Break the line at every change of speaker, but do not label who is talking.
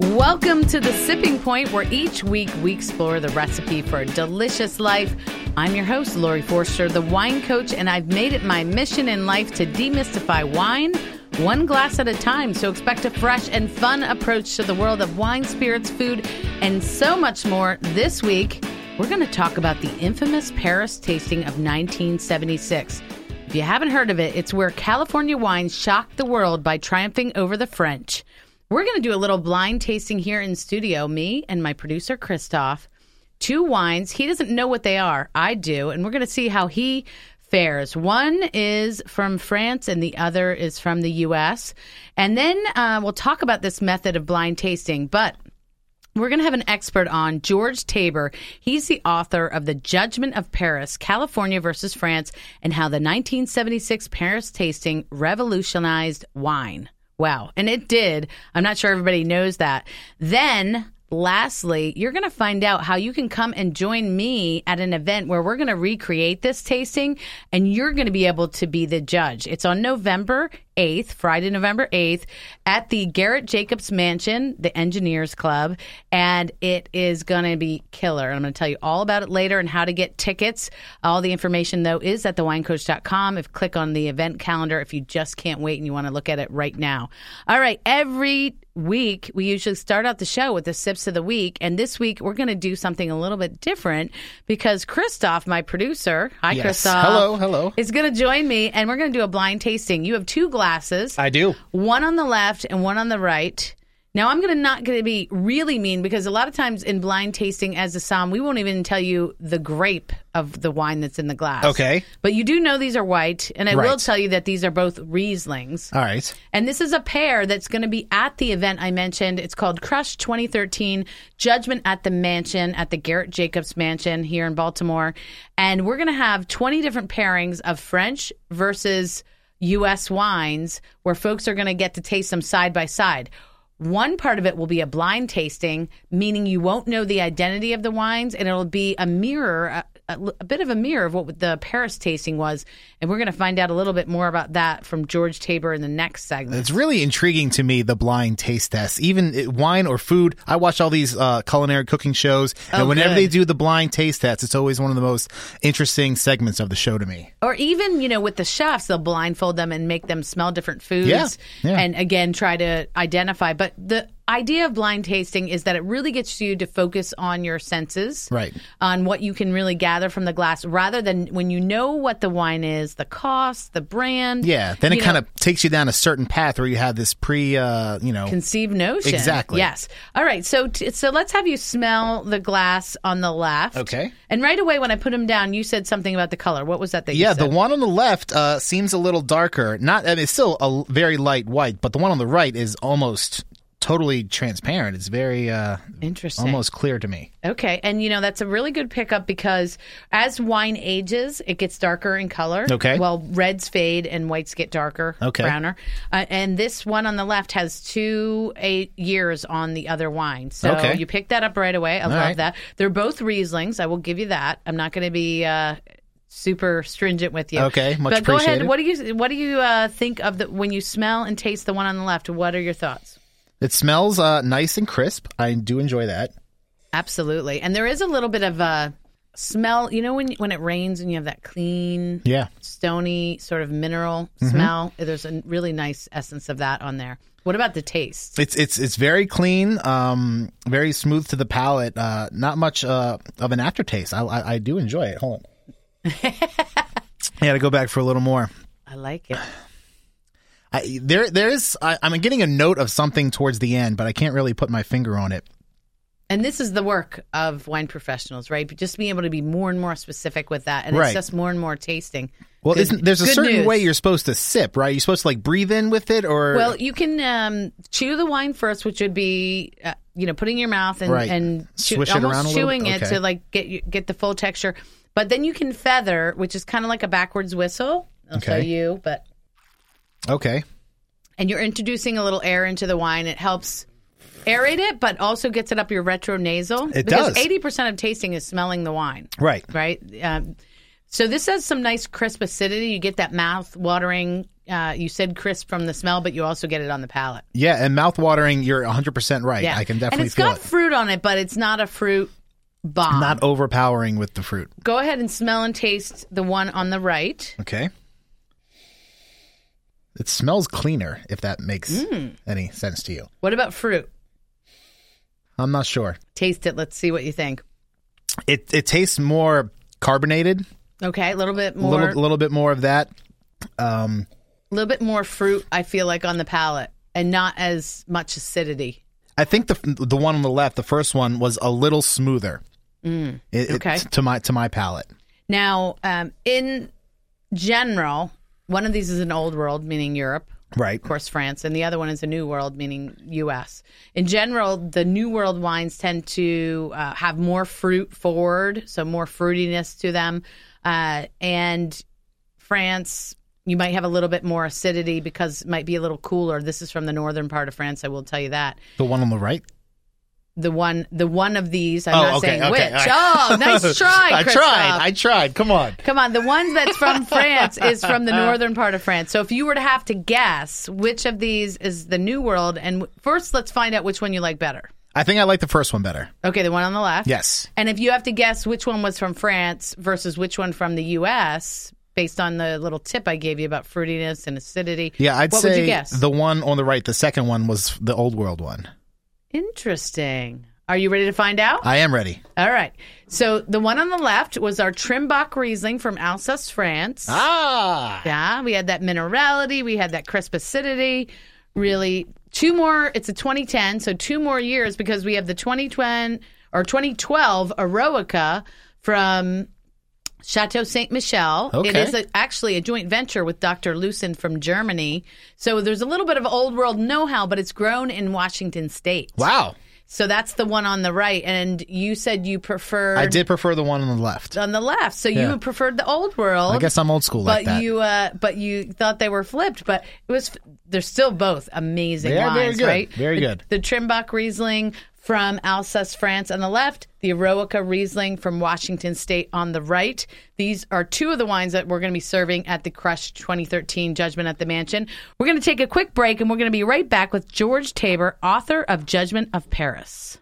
Welcome to the Sipping Point, where each week we explore the recipe for a delicious life. I'm your host, Lori Forster, the wine coach, and I've made it my mission in life to demystify wine one glass at a time. So expect a fresh and fun approach to the world of wine, spirits, food, and so much more this week. We're going to talk about the infamous Paris tasting of 1976. If you haven't heard of it, it's where California wine shocked the world by triumphing over the French. We're going to do a little blind tasting here in studio, me and my producer, Christoph. Two wines. He doesn't know what they are. I do. And we're going to see how he fares. One is from France and the other is from the U.S. And then uh, we'll talk about this method of blind tasting. But we're going to have an expert on George Tabor. He's the author of The Judgment of Paris, California versus France, and how the 1976 Paris tasting revolutionized wine. Wow. And it did. I'm not sure everybody knows that. Then, lastly, you're going to find out how you can come and join me at an event where we're going to recreate this tasting and you're going to be able to be the judge. It's on November 8th, Friday, November 8th, at the Garrett Jacobs Mansion, the Engineers Club. And it is going to be killer. I'm going to tell you all about it later and how to get tickets. All the information, though, is at thewinecoach.com. If click on the event calendar, if you just can't wait and you want to look at it right now. All right. Every week, we usually start out the show with the sips of the week. And this week, we're going to do something a little bit different because Christoph, my producer, hi,
Yes.
Christoph.
Hello, hello.
Is going to join me and we're going to do a blind tasting. You have two glasses.
I do.
one on the left and one on the right. Now I'm going to not going to be really mean because a lot of times in blind tasting as a som, we won't even tell you the grape of the wine that's in the glass.
Okay.
But you do know these are white, and I will
Right.
tell you that these are both Rieslings.
All right.
And this is a pair that's going to be at the event I mentioned. It's called Crush 2013 Judgment at the Mansion at the Garrett Jacobs Mansion here in Baltimore. And we're going to have 20 different pairings of French versus U.S. wines where folks are going to get to taste them side by side. One part of it will be a blind tasting, meaning you won't know the identity of the wines, and it'll be a mirror, a, a l- a bit of a mirror of what the Paris tasting was. And we're going to find out a little bit more about that from George Tabor in the next segment.
It's really intriguing to me the blind taste test, even it- wine or food. I watch all these uh, culinary cooking shows, and
Oh,
whenever
good.
they do the blind taste test, it's always one of the most interesting segments of the show to me.
Or even, you know, with the chefs, they'll blindfold them and make them smell different foods
Yeah, yeah.
and again try to identify. But the idea of blind tasting is that it really gets you to focus on your senses.
Right.
on what you can really gather from the glass rather than when you know what the wine is, the cost, the brand.
Yeah. Then
you
it
know,
kind of takes you down a certain path where you have this pre, uh, you know,
conceived notion.
Exactly.
Yes. All right. So t- so let's have you smell the glass on the left.
Okay.
And right away when I put them down, you said something about the color. What was that that
Yeah,
you said?
the one on the left uh, seems a little darker. Not, I mean, it's still a l- very light white, but the one on the right is almost totally transparent. It's very uh,
Interesting.
almost clear to me.
Okay. And you know, that's a really good pickup because as wine ages, it gets darker in color.
Okay.
Well, reds fade and whites get darker,
Okay.
browner. Uh, and this one on the left has two eight years on the other wine. So
Okay.
you pick that up right away. I love
right.
that. They're both Rieslings. I will give you that. I'm not going to be. Uh, Super stringent with you.
Okay, much
But go ahead.
appreciated.
What do you What do you uh, think of the when you smell and taste the one on the left? What are your thoughts?
It smells uh, nice and crisp. I do enjoy that.
Absolutely. And there is a little bit of a smell. You know when when it rains and you have that clean,
Yeah. Mm-hmm.
stony sort of mineral smell. There's a really nice essence of that on there. What about the taste?
It's it's it's very clean, um, very smooth to the palate. Uh, not much uh, of an aftertaste. I, I I do enjoy it. Hold on. I got to go back for a little more.
I like it.
I, there there is. I, I'm getting a note of something towards the end, but I can't really put my finger on it.
And this is the work of wine professionals, right? But just being able to be more and more specific with that, and it's
Right.
just more and more tasting.
Well,
Good-
isn't, there's a
good
certain
news.
way you're supposed to sip, right? You're supposed to like breathe in with it, or
Well, you can um, chew the wine first, which would be, uh, you know, putting your mouth and
Right.
and chew,
Swish it
almost
around a little
chewing
bit?
it
Okay.
to like get you, get the full texture. But then you can feather, which is kind of like a backwards whistle. I'll show
Okay.
you, but
okay,
and you're introducing a little air into the wine. It helps aerate it, but also gets it up your retronasal.
It
because
does.
Eighty percent of tasting is smelling the wine,
right.
right? Um, so this has some nice crisp acidity. You get that mouth watering uh, you said crisp from the smell, but you also get it on the palate.
Yeah, and mouthwatering, you're 100% right.
Yeah,
I can
And
definitely
it's
feel
got
it.
fruit on it, but it's not a fruit bomb.
Not overpowering with the fruit.
Go ahead and smell and taste the one on the right.
Okay. It smells cleaner, if that makes
Hmm.
any sense to you.
What about fruit?
I'm not sure.
Taste it. Let's see what you think.
It it tastes more carbonated,
Okay, a little bit
a
more,
little,
little,
little bit more of that.
bit more fruit. I feel like on the palate, and not as much acidity.
I think the the one on the left, the first one, was a little smoother. It- it-
Mm. okay.
to my to my palate.
Now, um, in general, one of these is an old world, meaning Europe.
Right.
of course, France, and the other one is a New World, meaning U.S. In general, the New World wines tend to uh, have more fruit forward, so more fruitiness to them, uh, and France. You might have a little bit more acidity because it might be a little cooler. This is from the northern part of France. I will tell you that
The one on the right.
the one, the one of these. I'm
Oh,
not
okay,
saying
okay,
which.
all right.
Oh, nice try!
I
Christoph.
tried. I tried. Come on.
Come on, the ones that's from France is from the northern part of France. So if you were to have to guess which of these is the New World, and w- first let's find out which one you like better.
I think I like the first one better.
Okay, the one on the left.
Yes.
And if you have to guess which one was from France versus which one from the U.S. based on the little tip I gave you about fruitiness and acidity,
Yeah, I'd
what
say
would you guess?
the one on the right, the second one was the old world one.
Interesting. Are you ready to find out?
I am ready.
All right. So the one on the left was our Trimbach Riesling from Alsace, France.
Ah.
Yeah, we had that minerality, we had that crisp acidity. Really, two more. It's a 2010, so two more years because we have the 2010 or 2012 Eroica from Chateau Saint Michel. It
Okay.
is a, actually a joint venture with Dr. Lucen from Germany. So there's a little bit of old world know how, but it's grown in Washington State.
Wow.
So that's the one on the right. And you said you preferred
I did prefer the one on the left.
on the left. So
Yeah.
you preferred the old world
I guess I'm old school like
but
that.
you uh, but you thought they were flipped but it was they're still both amazing
They are
wines
very good.
right
Very
the,
good.
the trimbach riesling from alsace france on the left the eroica riesling from washington state on the right these are two of the wines that we're going to be serving at the crush 2013 judgment at the mansion we're going to take a quick break and we're going to be right back with george tabor author of judgment of paris